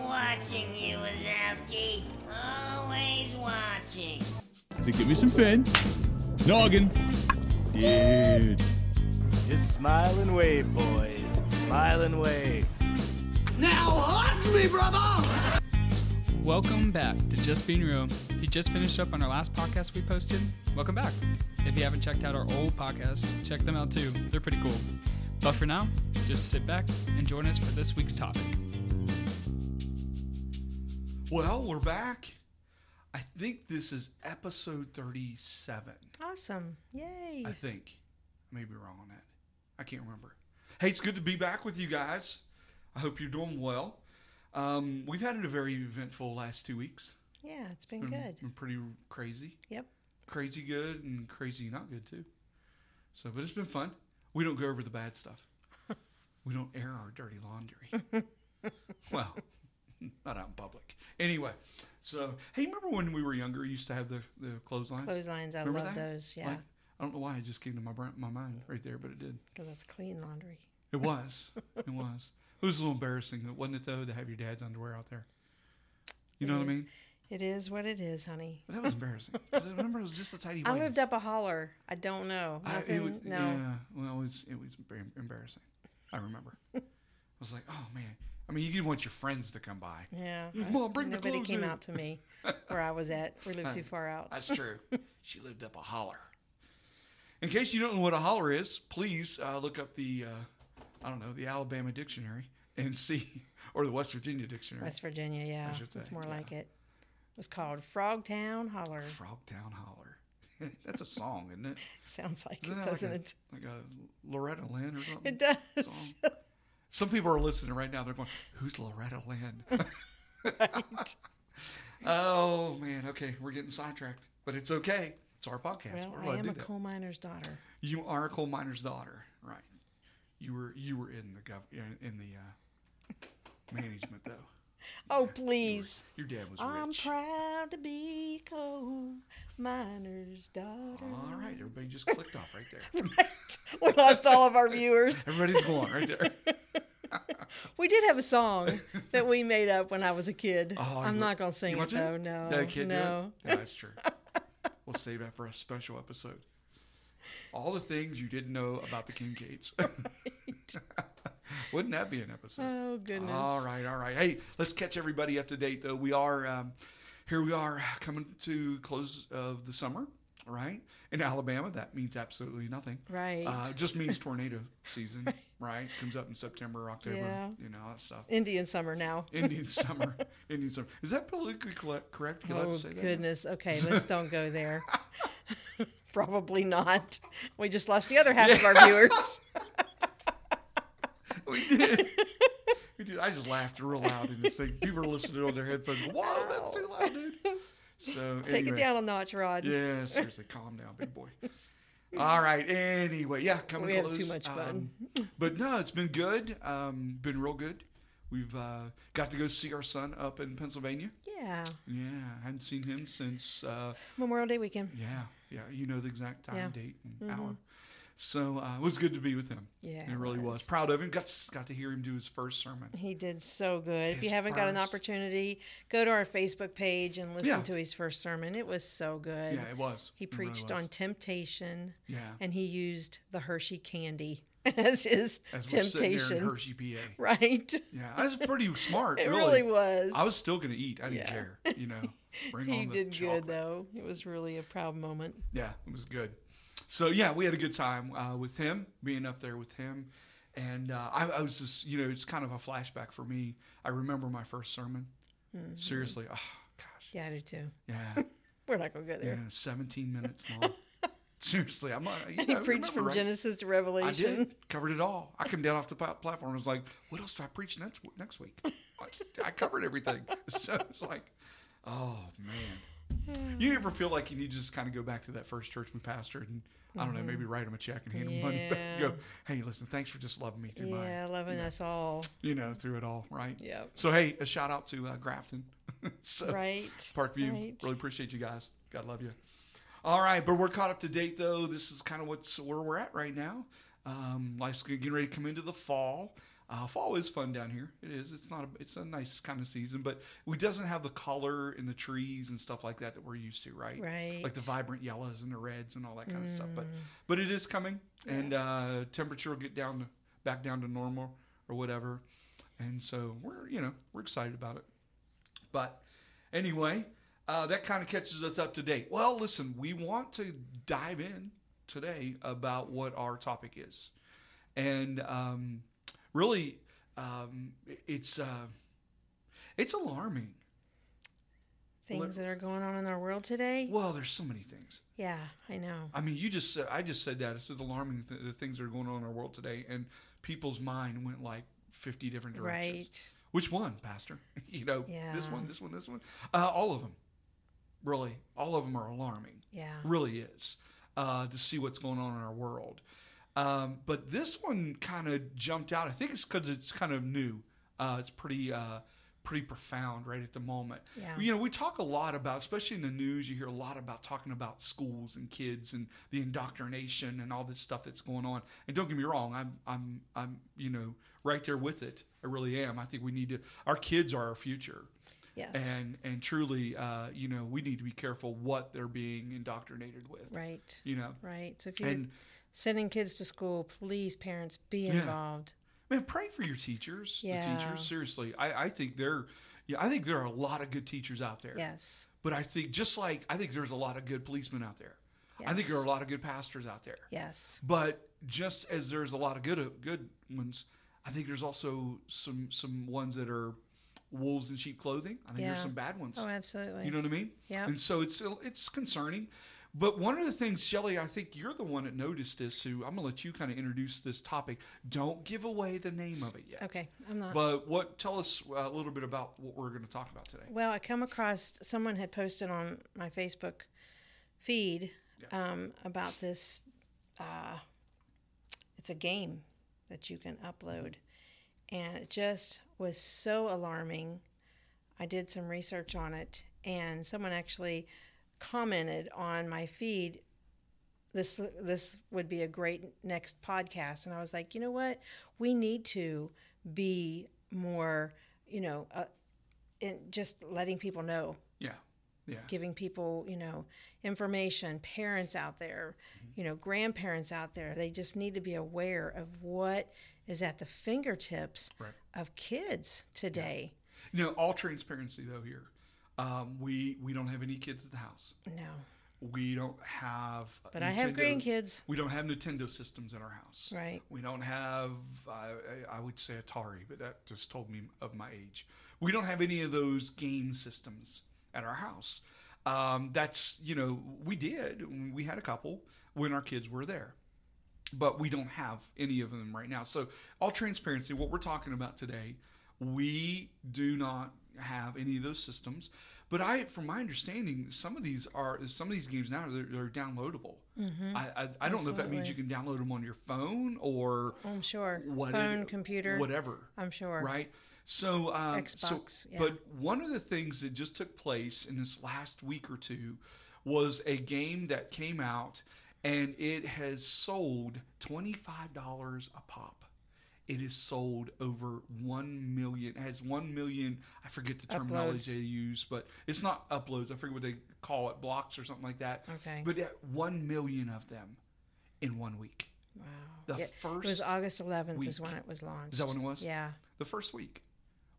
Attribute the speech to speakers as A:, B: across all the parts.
A: watching you, Wazowski. Always watching.
B: So give me some fin. Noggin. Dude.
C: Just smile and wave, boys. Smile and wave.
D: Now hug me, brother!
E: Welcome back to Just Being Real. If you just finished up on our last podcast we posted, welcome back. If you haven't checked out our old podcasts, check them out too. They're pretty cool. But for now, just sit back and join us for this week's topic.
F: Well, we're back. I think this is episode 37.
G: Awesome. Yay.
F: I think. I may be wrong on that. I can't remember. Hey, it's good to be back with you guys. I hope you're doing well. Um, we've had a very eventful last two weeks.
G: Yeah, it's been
F: Been-
G: good.
F: Been pretty crazy.
G: Yep.
F: Crazy good and crazy not good, too. So, but it's been fun. We don't go over the bad stuff, we don't air our dirty laundry. well, not out in public. Anyway, so, hey, remember when we were younger, you used to have the, the clotheslines?
G: Clotheslines, I
F: Remember
G: love
F: that?
G: those. Yeah,
F: Like, I don't know why it just came to my brain, my mind right there, but it did.
G: because that's clean laundry.
F: It was. it was. It was a little embarrassing, wasn't it, though, to have your dad's underwear out there? You
G: Mm-hmm.
F: know what I mean?
G: It is what it is, honey.
F: But that was embarrassing. 'Cause I remember it was just a tidy.
G: I
F: whities.
G: lived up a holler. I don't know.
F: I- it
G: Nothing,
F: was-
G: no.
F: Yeah. Well, it was it was very embarrassing. I remember. I was like, oh man. I mean, you didn't want your friends to come by.
G: Yeah.
F: Mom, bring the
G: Nobody
F: clothes
G: came
F: in.
G: out to me where I was at. We lived too far out.
F: That's true. she lived up a holler. In case you don't know what a holler is, please uh, look up the, uh, I don't know, the Alabama dictionary and see, or the West Virginia dictionary.
G: West Virginia, yeah.
F: should
G: It's
F: say,
G: more
F: yeah.
G: like it. It was called Frogtown Holler.
F: Frogtown holler. That's a song, isn't it?
G: Sounds like
F: Isn't
G: it,
F: that
G: doesn't
F: like
G: it?
F: A, like a Loretta Lynn or something?
G: It does.
F: Some people are listening right now. They're going, "Who's Loretta Lynn?"
G: right.
F: oh man. Okay, we're getting sidetracked, but it's okay. It's our podcast.
G: Well,
F: we're
G: I
F: allowed
G: am
F: to
G: a
F: do that.
G: coal miner's daughter.
F: You are a coal miner's daughter, right? You were you were in the gov in the uh, management though.
G: Oh, please.
F: Your dad was
G: I'm
F: rich.
G: proud to be a coal miner's daughter.
F: All right, everybody just clicked off right there.
G: we lost all of our viewers.
F: Everybody's going right there.
G: We did have a song that we made up when I was a kid.
F: Oh,
G: I'm
F: you-
G: not gonna sing
F: you
G: it
F: want to?
G: though. No,
F: no, you can't do it?
G: no.
F: No, that's true. we'll save that for a special episode. All the things you didn't know about the Kincaids. Wouldn't that be an episode?
G: Oh goodness.
F: All right, all right. Hey, let's catch everybody up to date though. We are um, here. We are coming to close of the summer, right? In Alabama, that means absolutely nothing.
G: Right.
F: Uh, it just means tornado season, right? Comes up in September, October.
G: Yeah.
F: You know that stuff.
G: Indian summer now.
F: Indian summer. Indian summer. Is that politically collect- correct? Can I
G: Oh
F: say that?
G: goodness. Okay, let's don't go there. Probably not. We just lost the other half of our viewers.
F: We did. we did. I just laughed real loud in this thing. People were listening on their headphones. Whoa, that's too loud, dude. So
G: Take
F: anyway.
G: it down a notch, Rod.
F: Yeah, seriously, calm down, big boy. All right. Anyway, yeah, coming
G: We had too
F: close.
G: much fun.
F: um, but no, it's been good. Um, been real good. We've uh, got to go see our son up in Pennsylvania.
G: Yeah.
F: Yeah, hadn't seen him since. Uh,
G: Memorial Day weekend.
F: yeah, yeah, you know the exact time,
G: Yeah. Mm-hmm.
F: date, and hour. So uh, it was good to be with him.
G: Yeah,
F: it
G: it
F: really was.
G: was.
F: Proud of him. Got s- got to hear him do his first sermon.
G: He did so good. if you
F: His
G: haven't got an
F: first-
G: opportunity, go to our Facebook page and listen
F: Yeah.
G: to his first sermon. It was so good.
F: Yeah, it was.
G: He
F: It really
G: preached
F: was.
G: on temptation.
F: Yeah.
G: And he used the Hershey candy as his
F: as we're sitting there in
G: temptation.
F: Hershey, PA.
G: Right.
F: Yeah, that's pretty smart.
G: It
F: really
G: really was.
F: I was still gonna eat. I didn't
G: Yeah.
F: care. You know, bring
G: he
F: on the
G: did
F: chocolate.
G: good though. It was really a proud moment.
F: Yeah, it was good. So yeah, we had a good time uh, with him, being up there with him, and uh, I, I was just, you know, it's kind of a flashback for me. I remember my first sermon. Seriously, oh gosh,
G: Mm-hmm. Yeah, I do too.
F: yeah,
G: We're not gonna go
F: yeah,
G: there.
F: seventeen minutes long. Seriously, I'm not. You
G: And
F: know,
G: he
F: I
G: preached
F: remember,
G: from
F: right?
G: Genesis to
F: I
G: Revelation.
F: did covered it all. I come down off the pla- platform and was like, "What else do I preach next next week?" I, I covered everything, so it's like, oh man. You ever feel like you need to just kind of go back to that first church we pastored and I don't know, maybe
G: Mm-hmm.
F: write him a check and hand him money back and go, "Hey, listen, thanks for just loving me through
G: Yeah,
F: my,
G: loving us all.
F: you know, through it all, right?"
G: Yep.
F: So hey, a shout out to uh, Grafton, so,
G: Right.
F: Parkview.
G: Right.
F: Really appreciate you guys. God love you. All right, but we're caught up to date though. This is kind of what's where we're at right now. Um, life's getting ready to come into the fall. Uh, fall is fun down here. It is. It's not. A, it's a nice kind of season, but we doesn't have the color and the trees and stuff like that that we're used to, right?
G: Right.
F: Like the vibrant yellows and the reds and all that kind of stuff. But but it is coming, and uh, temperature will get down to, back down to normal or whatever, and so we're you know we're excited about it. But anyway, uh, that kind of catches us up to date. Well, listen, we want to dive in today about what our topic is. And um, really, um, it's, uh, it's alarming.
G: Things that are going on in our world today.
F: Well, there's so many things.
G: Yeah, I know.
F: I mean, you just said, I just said that. It's alarming th- the things that are going on in our world today. And people's mind went like 50 different directions.
G: Right.
F: Which one, Pastor? You know, this
G: Yeah.
F: one, this one, this one. Uh, all of them, really. All of them are alarming.
G: Yeah.
F: Really is uh, to see what's going on in our world. Um, but this one kind of jumped out. I think it's because it's kind of new. Uh, it's pretty, uh, pretty profound right at the moment.
G: Yeah.
F: You know, we talk a lot about, especially in the news, you hear a lot about talking about schools and kids and the indoctrination and all this stuff that's going on. And don't get me wrong, I'm, I'm, I'm, you know, right there with it. I really am. I think we need to. Our kids are our future
G: Yes.
F: and and truly uh, you know we need to be careful what they're being indoctrinated with
G: right.
F: you know
G: Right. So if you're
F: and-
G: sending kids to school, please, parents, be involved.
F: man pray for your teachers
G: Yeah.
F: the teachers seriously I, I think they're yeah i think there are a lot of good teachers out there
G: Yes.
F: but i think just like i think there's a lot of good policemen out there i think there are a
G: Yes.
F: lot of good pastors out there
G: Yes.
F: but just as there's a lot of good uh, good ones i think there's also some some ones that are wolves in sheep clothing i think there's
G: Yeah.
F: some bad ones
G: Oh, absolutely.
F: You know what I mean?
G: Yeah.
F: And so it's it's concerning. But one of the things, Shelly, I think you're the one that noticed this. Who I'm gonna let you kind of introduce this topic. Don't give away the name of it yet.
G: okay. I'm not.
F: But what? Tell us uh, a little bit about what we're going to talk about today.
G: Well, I come across someone had posted on my Facebook feed um, about this. Uh, it's a game that you can upload, and it just was so alarming. I did some research on it, and someone actually commented on my feed. This this would be a great next podcast, and I was like, you know what, we need to be more, you know, uh, in just letting people know,
F: Yeah. Yeah.
G: giving people, you know, information, parents out there,
F: Mm-hmm.
G: you know, grandparents out there, they just need to be aware of what is at the fingertips
F: Right.
G: of kids today.
F: You know, all transparency though here, um, we we don't have any kids at the house.
G: No.
F: We don't have.
G: But I have grandkids.
F: We don't have Nintendo systems in our house.
G: Right.
F: We don't have. I, I I would say Atari, but that just told me of my age. We don't have any of those game systems at our house. Um, that's you know we did. We had a couple when our kids were there but we don't have any of them right now. So, all transparency, what we're talking about today, we do not have any of those systems. But I, from my understanding, some of these are some of these games now they're, they're downloadable. I, I, I don't know if that means you can download them on your phone or
G: I'm sure.
F: what it-
G: Phone, computer,
F: whatever.
G: I'm sure.
F: Right. So, um, so-
G: Xbox, yeah.
F: but one of the things that just took place in this last week or two was a game that came out and it has sold $25 a pop. It has sold over 1 million, has 1 million, I forget the terminology
G: Uploads.
F: they use, but it's not uploads. I forget what they call it, blocks or something like that.
G: Okay.
F: But uh, 1 million of them in one week.
G: Wow.
F: The
G: Yeah,
F: first
G: it was August 11th is
F: week.
G: when it was launched.
F: Is that when it was?
G: Yeah.
F: The first week.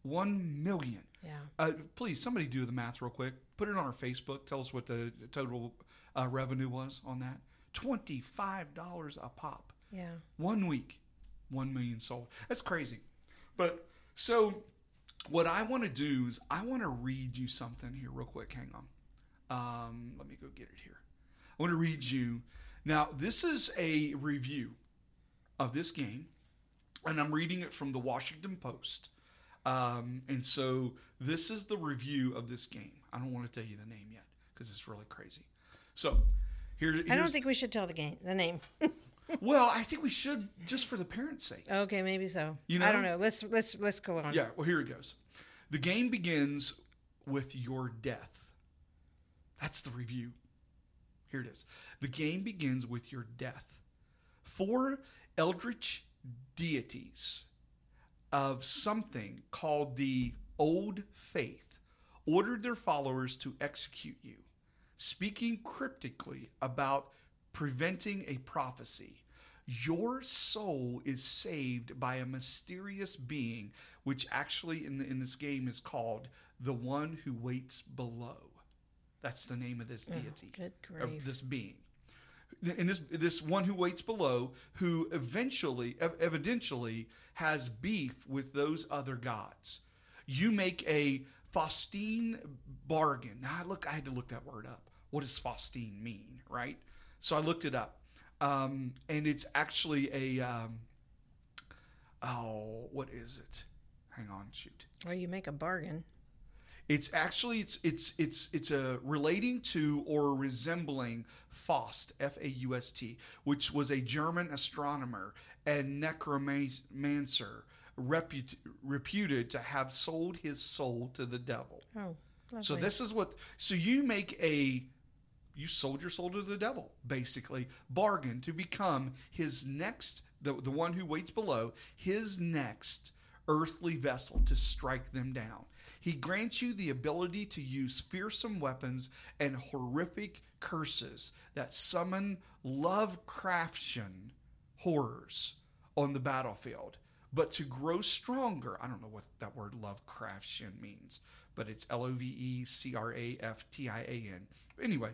F: 1 million.
G: Yeah.
F: Uh, please, somebody do the math real quick. Put it on our Facebook. Tell us what the total uh, revenue was on that. Twenty-five dollars a pop.
G: Yeah.
F: One week, one million sold. That's crazy. But so, what I want to do is I want to read you something here real quick. Hang on. Um, let me go get it here. I want to read you. Now, this is a review of this game, and I'm reading it from the Washington Post. Um, and so this is the review of this game. I don't want to tell you the name yet because it's really crazy. So here, here's
G: I don't think we should tell the game the name.
F: well, I think we should just for the parents' sake.
G: okay, maybe so.
F: You
G: I don't
F: know?
G: know. Let's let's let's go on.
F: Yeah, well, here it goes. The game begins with your death. That's the review. Here it is. The game begins with your death. Four eldritch deities of something called the Old Faith ordered their followers to execute you, speaking cryptically about preventing a prophecy. Your soul is saved by a mysterious being, which actually in, the, in this game is called the one who waits below. That's the name of this deity,
G: good
F: or
G: grief.
F: this being and this this one who waits below, who eventually, ev- evidentially, has beef with those other gods. You make a Faustine bargain. Now, I look, I had to look that word up. What does Faustine mean, right? So I looked it up, um, and it's actually a um, oh, what is it? Hang on, shoot.
G: Or you make a bargain.
F: It's actually it's it's it's it's a relating to or resembling Faust F A U S T, which was a German astronomer and necromancer reput, reputed to have sold his soul to the devil.
G: Oh, lovely.
F: So this is what so you make a you sold your soul to the devil basically bargain to become his next the, the one who waits below his next earthly vessel to strike them down he grants you the ability to use fearsome weapons and horrific curses that summon lovecraftian horrors on the battlefield, but to grow stronger. I don't know what that word Lovecraftian means, but it's L O V E C R A F T I A N. Anyway,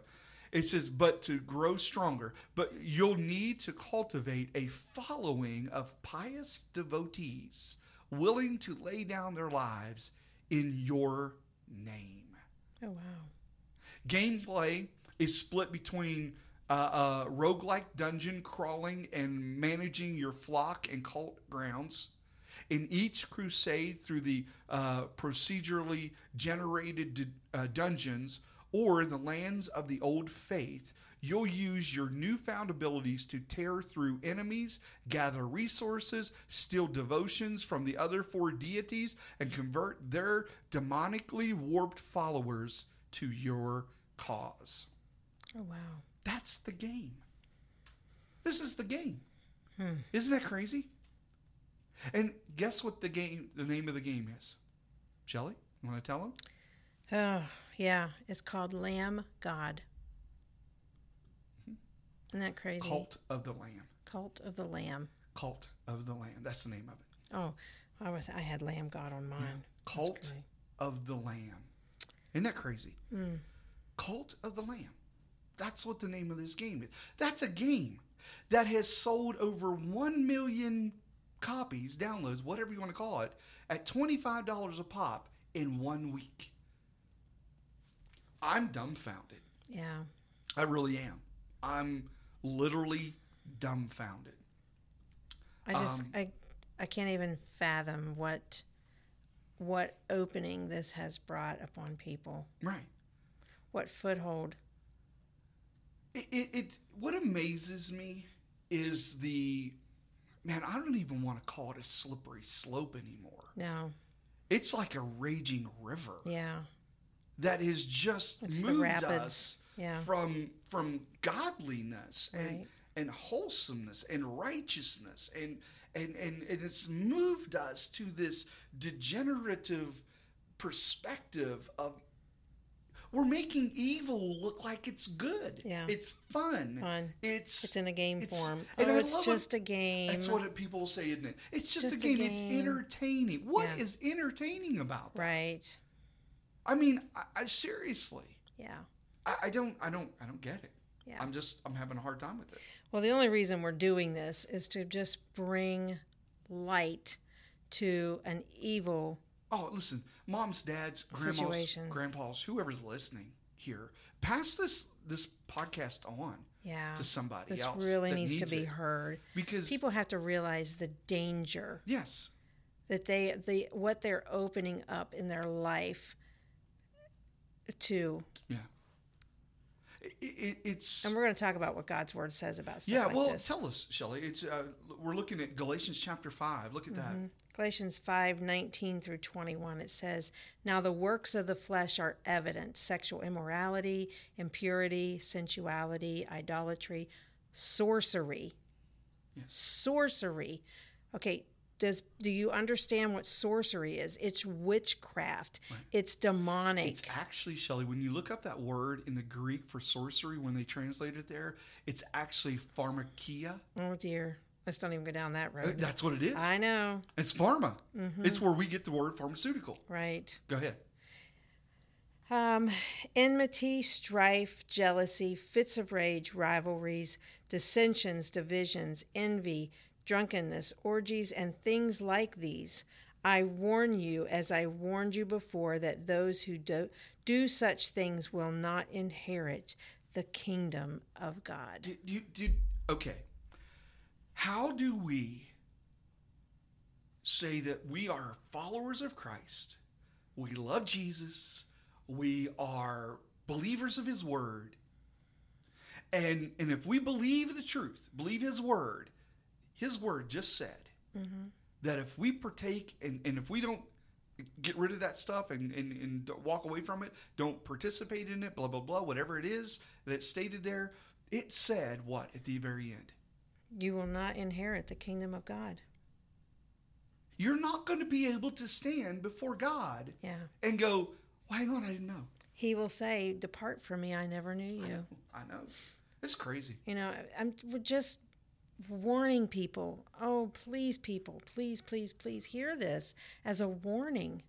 F: it says, but to grow stronger, but you'll need to cultivate a following of pious devotees willing to lay down their lives in your name
G: oh wow.
F: gameplay is split between uh, uh, roguelike dungeon crawling and managing your flock and cult grounds. In each crusade through the uh, procedurally generated d- uh, dungeons or the lands of the old faith, you'll use your newfound abilities to tear through enemies, gather resources, steal devotions from the other four deities, and convert their demonically warped followers to your cause.
G: Oh wow.
F: That's the game. This is the game. Isn't that crazy? And guess what the game the name of the game is? Shelley, you want to tell him?
G: Oh, yeah. It's called Lamb God. Isn't that crazy?
F: Cult of the Lamb.
G: Cult of the Lamb.
F: Cult of the Lamb. That's the name of it.
G: Oh, I was I had Lamb God on mine. That's
F: Cult
G: great. Mm.
F: of the Lamb. Isn't that crazy? Cult of the Lamb. That's what the name of this game is. That's a game that has sold over 1 million copies, downloads, whatever you want to call it, at $25 a pop in one week. I'm dumbfounded.
G: Yeah.
F: I really am. I'm literally dumbfounded.
G: I just
F: Um,
G: I I can't even fathom what what opening this has brought upon people.
F: Right.
G: What foothold.
F: it, it, it what amazes me is the man i don't even want to call it a slippery slope anymore
G: No.
F: it's like a raging river
G: Yeah.
F: that has just
G: It's the
F: moved
G: rapids.
F: us
G: Yeah.
F: from from godliness and
G: Right.
F: and wholesomeness and righteousness and and, and and it's moved us to this degenerative perspective of we're making evil look like it's good.
G: Yeah.
F: It's fun.
G: Fun.
F: It's
G: It's in a game
F: it's-
G: form.
F: and
G: oh,
F: I
G: it's
F: love
G: just a
F: it.
G: game.
F: That's what it, people say, isn't it? It's just, a, game. It's
G: game.
F: entertaining. What
G: Yeah.
F: is entertaining about that?
G: right.
F: I mean, I, I seriously.
G: Yeah.
F: I, I don't I don't I don't get it.
G: Yeah.
F: I'm just I'm having a hard time with it.
G: Well, the only reason we're doing this is to just bring light to an evil.
F: Oh, listen, moms, dads, grandmas,
G: Situation.
F: grandpas, whoever's listening here, pass this this podcast on
G: Yeah.
F: to somebody
G: This
F: else.
G: really
F: that
G: needs, to be
F: it.
G: heard.
F: because
G: People have to realize the danger
F: Yes,
G: that they the what they're opening up in their life to.
F: yeah. It, it, it's
G: And we're going to talk about what God's word says about stuff
F: yeah.
G: like
F: well,
G: this.
F: tell us, Shelley. It's uh, we're looking at Galatians chapter five. Look at that.
G: Galatians 5 19 through 21, it says, Now the works of the flesh are evident sexual immorality, impurity, sensuality, idolatry, sorcery. Sorcery. Okay, does do you understand what sorcery is? It's witchcraft. It's demonic.
F: It's actually, Shelley, when you look up that word in the Greek for sorcery, when they translate it there, it's actually pharmakia.
G: oh dear. Let's don't even go down that
F: Uh,
G: road.
F: That's what it is.
G: Mm-hmm. I know.
F: It's pharma. It's where we get the word pharmaceutical.
G: Right.
F: Go ahead.
G: Um, enmity, strife, jealousy, fits of rage, rivalries, dissensions, divisions, envy, drunkenness, orgies, and things like these. I warn you, as I warned you before, that those who do, do such things will not inherit the kingdom of God.
F: Do, you, do, okay. How do we say that we are followers of Christ? We love Jesus. We are believers of his word. And, and if we believe the truth, believe his word, his word just said that if we partake and, and if we don't get rid of that stuff and, and, and don't walk away from it, don't participate in it, blah, blah, blah, whatever it is that's stated there, it said what at the very end?
G: You will not inherit the kingdom of God.
F: You're not going to be able to stand before God
G: Yeah.
F: and go, well, hang on, I didn't know.
G: He will say, Depart from me, I never knew you.
F: I know. It's crazy.
G: You know, I'm we're just warning people. Oh, please, people, please, please, please hear this as a warning.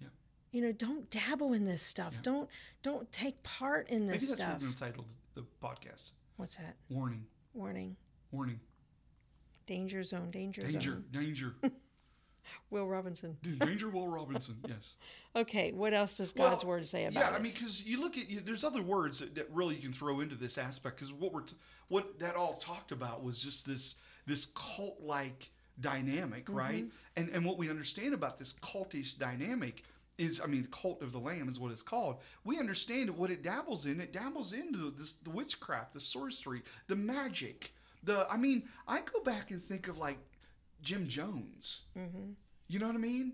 F: Yeah.
G: You know, don't dabble in this stuff.
F: Yeah.
G: Don't don't take part in
F: Maybe that's
G: this
F: what
G: stuff.
F: we're going to title the, the podcast.
G: What's that?
F: Warning,
G: Warning.
F: warning,
G: Danger zone. Danger,
F: danger,
G: zone.
F: danger,
G: Will Robinson.
F: danger, Will Robinson. Yes.
G: Okay, what else does God's
F: Well,
G: word say about
F: yeah,
G: it?
F: I mean, because you look at you, there's other words that, that really you can throw into this aspect because what we're t- what that all talked about was just this this cult like dynamic,
G: Mm-hmm.
F: right? And and what we understand about this cultish dynamic is, I mean, the cult of the lamb is what it's called. We understand what it dabbles in. It dabbles into this the witchcraft, the sorcery, the magic. The I mean, I go back and think of like Jim Jones.
G: Mm-hmm.
F: You know what I mean?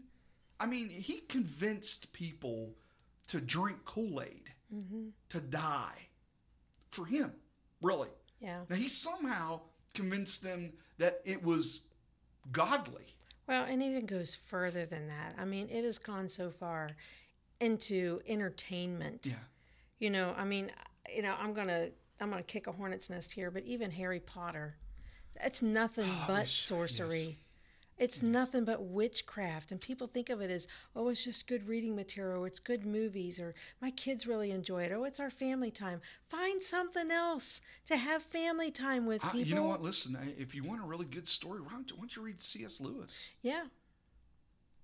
F: I mean, he convinced people to drink Kool Aid,
G: Mm-hmm.
F: to die for him, really.
G: yeah.
F: Now, he somehow convinced them that it was godly.
G: Well, and even goes further than that. I mean, it has gone so far into entertainment. you know i mean you know i'm gonna i'm gonna kick a hornet's nest here but even harry potter it's nothing but
F: Oh, yes,
G: sorcery it's nothing but witchcraft and people think of it as oh it's just good reading material or it's good movies or my kids really enjoy it oh it's our family time find something else to have family time with
F: I,
G: people
F: you know what? Listen, I- if you want a really good story, why don't, why don't you read C.S. Lewis?
G: yeah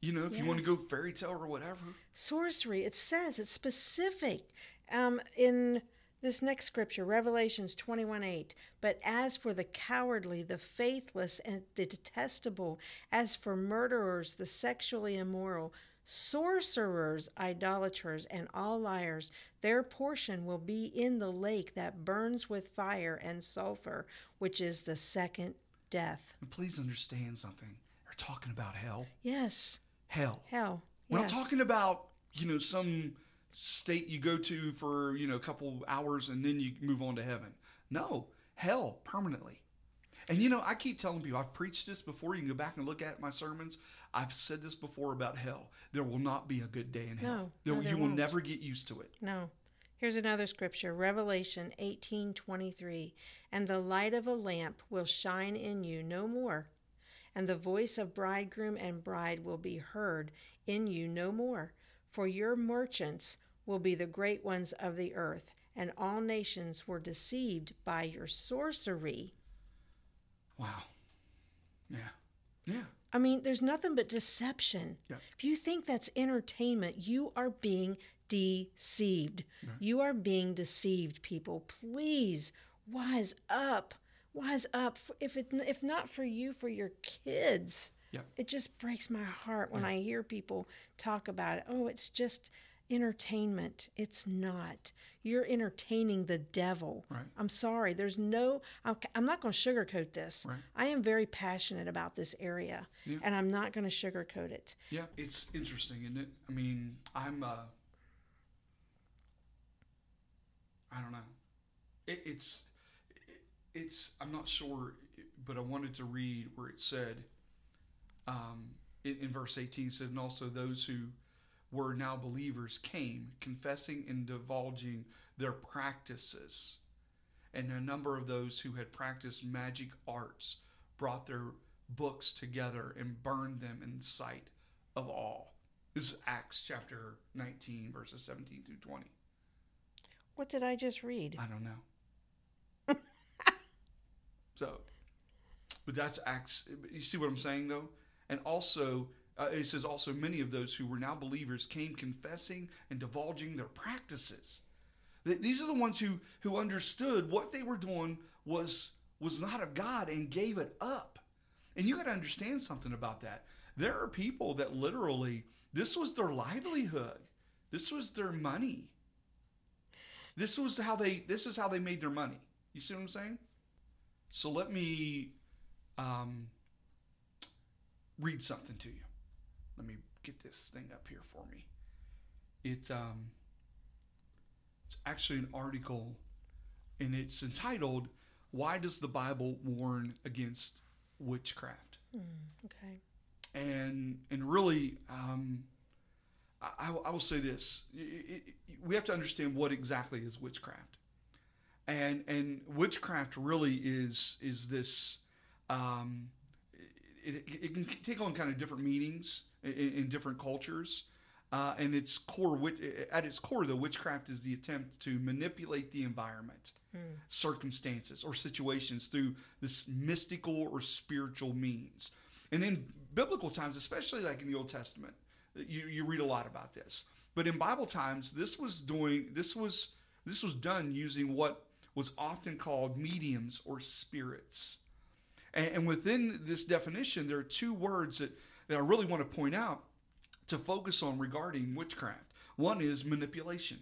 F: You know, if you
G: Yeah.
F: want to go fairy tale or whatever.
G: sorcery it says it's specific um, in this next scripture revelations 21 8 but as for the cowardly the faithless and the detestable as for murderers the sexually immoral sorcerers idolaters and all liars their portion will be in the lake that burns with fire and sulfur which is the second death
F: And please understand something. They're talking about hell.
G: yes
F: Hell.
G: hell
F: We're
G: yes.
F: not talking about, you know, some state you go to for, you know, a couple hours and then you move on to heaven. No, hell permanently. And you know, I keep telling people, I've preached this before. You can go back and look at my sermons. I've said this before about hell. There will not be a good day in hell.
G: No,
F: There-
G: no, there
F: you will
G: won't.
F: never get used to it.
G: No. Here's another scripture, Revelation 18:23, and the light of a lamp will shine in you no more, and the voice of bridegroom and bride will be heard in you no more, for your merchants will be the great ones of the earth, and all nations were deceived by your sorcery.
F: Wow. Yeah. Yeah.
G: I mean, there's nothing but deception.
F: Yeah.
G: If you think that's entertainment, you are being deceived. You are being deceived, people. Please wise up. Wise up. If it if not for you, for your kids.
F: Yeah.
G: It just breaks my heart when I hear people talk about it. Oh, it's just entertainment. It's not. You're entertaining the devil.
F: Right.
G: I'm sorry. There's no, I'm, I'm not going to sugarcoat this.
F: Right.
G: I am very passionate about this area
F: Yeah.
G: and I'm not going to sugarcoat it.
F: Yeah. It's interesting, isn't it? I mean, I'm, uh, I don't know. It, it's, it, it's, I'm not sure, but I wanted to read where it said, um, in, in verse 18 it said, and also those who were now believers came, confessing and divulging their practices. And a number of those who had practiced magic arts brought their books together and burned them in sight of all. This is Acts chapter 19, verses 17 through 20.
G: What did I just read?
F: I don't know. so, but that's Acts. You see what I'm saying, though? And also, uh, it says also many of those who were now believers came confessing and divulging their practices. Th- These are the ones who who understood what they were doing was was not of God and gave it up. And you got to understand something about that. There are people that literally this was their livelihood. This was their money. This was how they this is how they made their money. You see what I'm saying? So let me um, read something to you. Let me get this thing up here for me. It um, it's actually an article, and it's entitled "Why Does the Bible Warn Against Witchcraft?"
G: Okay.
F: and and really, um, I, I will- I will say this: It- it- it- we have to understand what exactly is witchcraft, and and witchcraft really is is this. Um, it, it, it can take on kind of different meanings in, in different cultures. Uh, and its core, wit- at its core, the witchcraft is the attempt to manipulate the environment, circumstances, or situations through this mystical or spiritual means. And in biblical times, especially like in the Old Testament, you, you read a lot about this. But in Bible times, this was doing this was this was done using what was often called mediums or spirits. And, and within this definition, there are two words that, that I really want to point out to focus on regarding witchcraft. One is manipulation.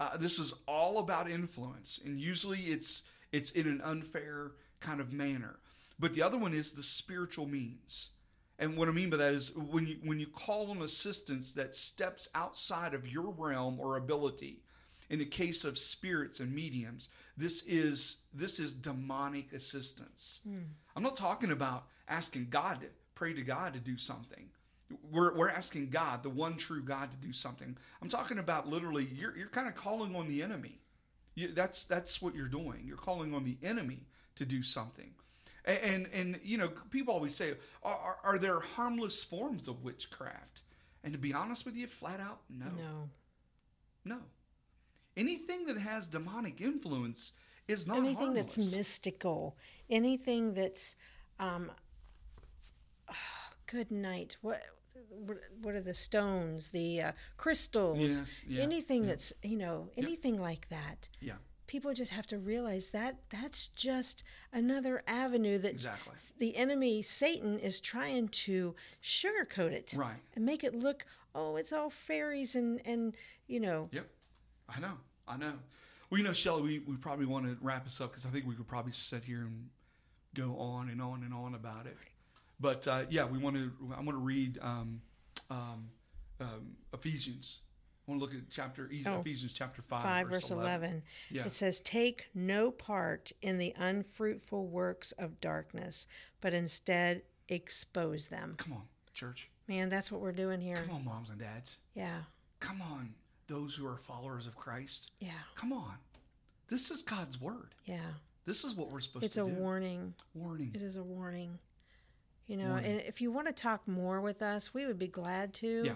F: Uh, this is all about influence, and usually it's it's in an unfair kind of manner. But the other one is the spiritual means. And what I mean by that is when you when you call on assistance that steps outside of your realm or ability. In the case of spirits and mediums, this is this is demonic assistance. I'm not talking about asking God to pray to God to do something. We're, we're asking God, the one true God, to do something. I'm talking about literally, you're, you're kind of calling on the enemy. You, that's that's what you're doing. You're calling on the enemy to do something. And and, and you know, people always say, are, are, are there harmless forms of witchcraft? And to be honest with you, flat out,
G: No.
F: no. Anything that has demonic influence is not
G: Anything
F: harmless.
G: that's mystical. Anything that's um ah, good night. What what what are the stones, the uh, crystals,
F: Yes, yeah,
G: anything that's, you know, anything like that.
F: yeah,
G: people just have to realize that that's just another avenue that
F: Exactly.
G: the enemy satan is trying to sugarcoat it
F: Right.
G: and make it look oh it's all fairies and and you know
F: yep. I know, I know. Well, you know, Shelly, we, we probably want to wrap this up because I think we could probably sit here and go on and on and on about it. But uh, yeah, we want to. I want to read um, um, um, Ephesians. I want to look at chapter E,
G: Oh.
F: Ephesians chapter five,
G: 5 verse 11,
F: Yeah.
G: it says take no part in the unfruitful works of darkness but instead expose them
F: Come on, church.
G: man that's what we're doing here
F: Come on, moms and dads.
G: yeah
F: Come on, those who are followers of Christ.
G: yeah
F: Come on. This is God's word.
G: yeah
F: This is what we're supposed
G: it's
F: to
G: a
F: do.
G: warning
F: warning.
G: It is a warning. You know, and if you want to talk more with us, we would be glad to.
F: Yeah.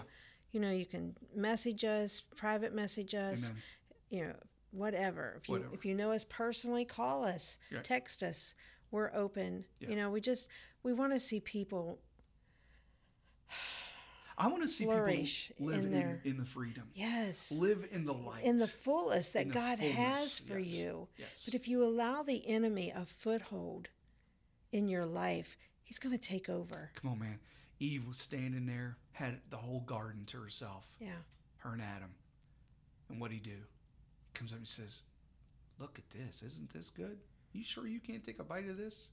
G: You know, you can message us, private message us,
F: Amen.
G: you know, whatever. If you
F: Whatever.
G: if you know us personally, call us,
F: Yeah.
G: text us. We're open.
F: Yeah.
G: You know, we just we want to see people.
F: I want to see
G: flourish
F: people live
G: in
F: in,
G: their-
F: in the freedom.
G: Yes.
F: Live in the light.
G: in the fullest that
F: In the
G: God
F: fullness,
G: has for
F: yes,
G: you.
F: yes.
G: But if you allow the enemy a foothold in your life, he's going to take over.
F: Come on, man. Eve was standing there, had the whole garden to herself,
G: Yeah.
F: her and Adam. And what'd he do? Comes up and says, Look at this. Isn't this good? You sure you can't take a bite of this?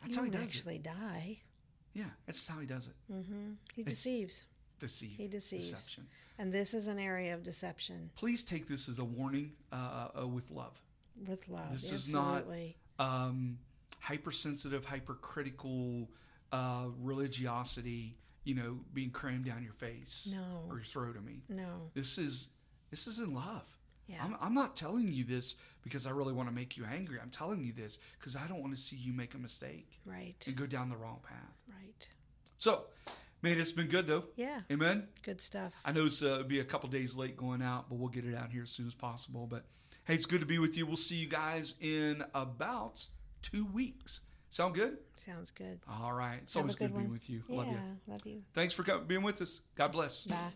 F: That's
G: you
F: how he
G: don't
F: does it.
G: actually die. Mm-hmm.
F: Yeah, that's how he does it.
G: He
F: It's-
G: deceives.
F: Deceive.
G: He deceives.
F: Deception.
G: And this is an area of deception
F: Please take this as a warning uh, uh, with love.
G: with love.
F: This is not-
G: Absolutely.
F: um, hypersensitive, hypercritical, uh, religiosity, you know, being crammed down your face
G: No.
F: or your throat. I mean,
G: No.
F: this is this is in love.
G: Yeah.
F: I'm, I'm not telling you this because I really want to make you angry. I'm telling you this because I don't want to see you make a mistake
G: Right.
F: and go down the wrong path.
G: Right.
F: So, man, it's been good though.
G: Yeah.
F: Amen.
G: Good stuff.
F: I know it's, uh, it'll be a couple days late going out, but we'll get it out here as soon as possible. But hey, it's good to be with you. We'll see you guys in about two weeks. Sound good?
G: Sounds good.
F: All right. It's
G: Have a
F: always good,
G: good
F: being
G: one.
F: with you.
G: Yeah.
F: Love you.
G: Love you.
F: Thanks for coming, being with us. God bless.
G: Bye.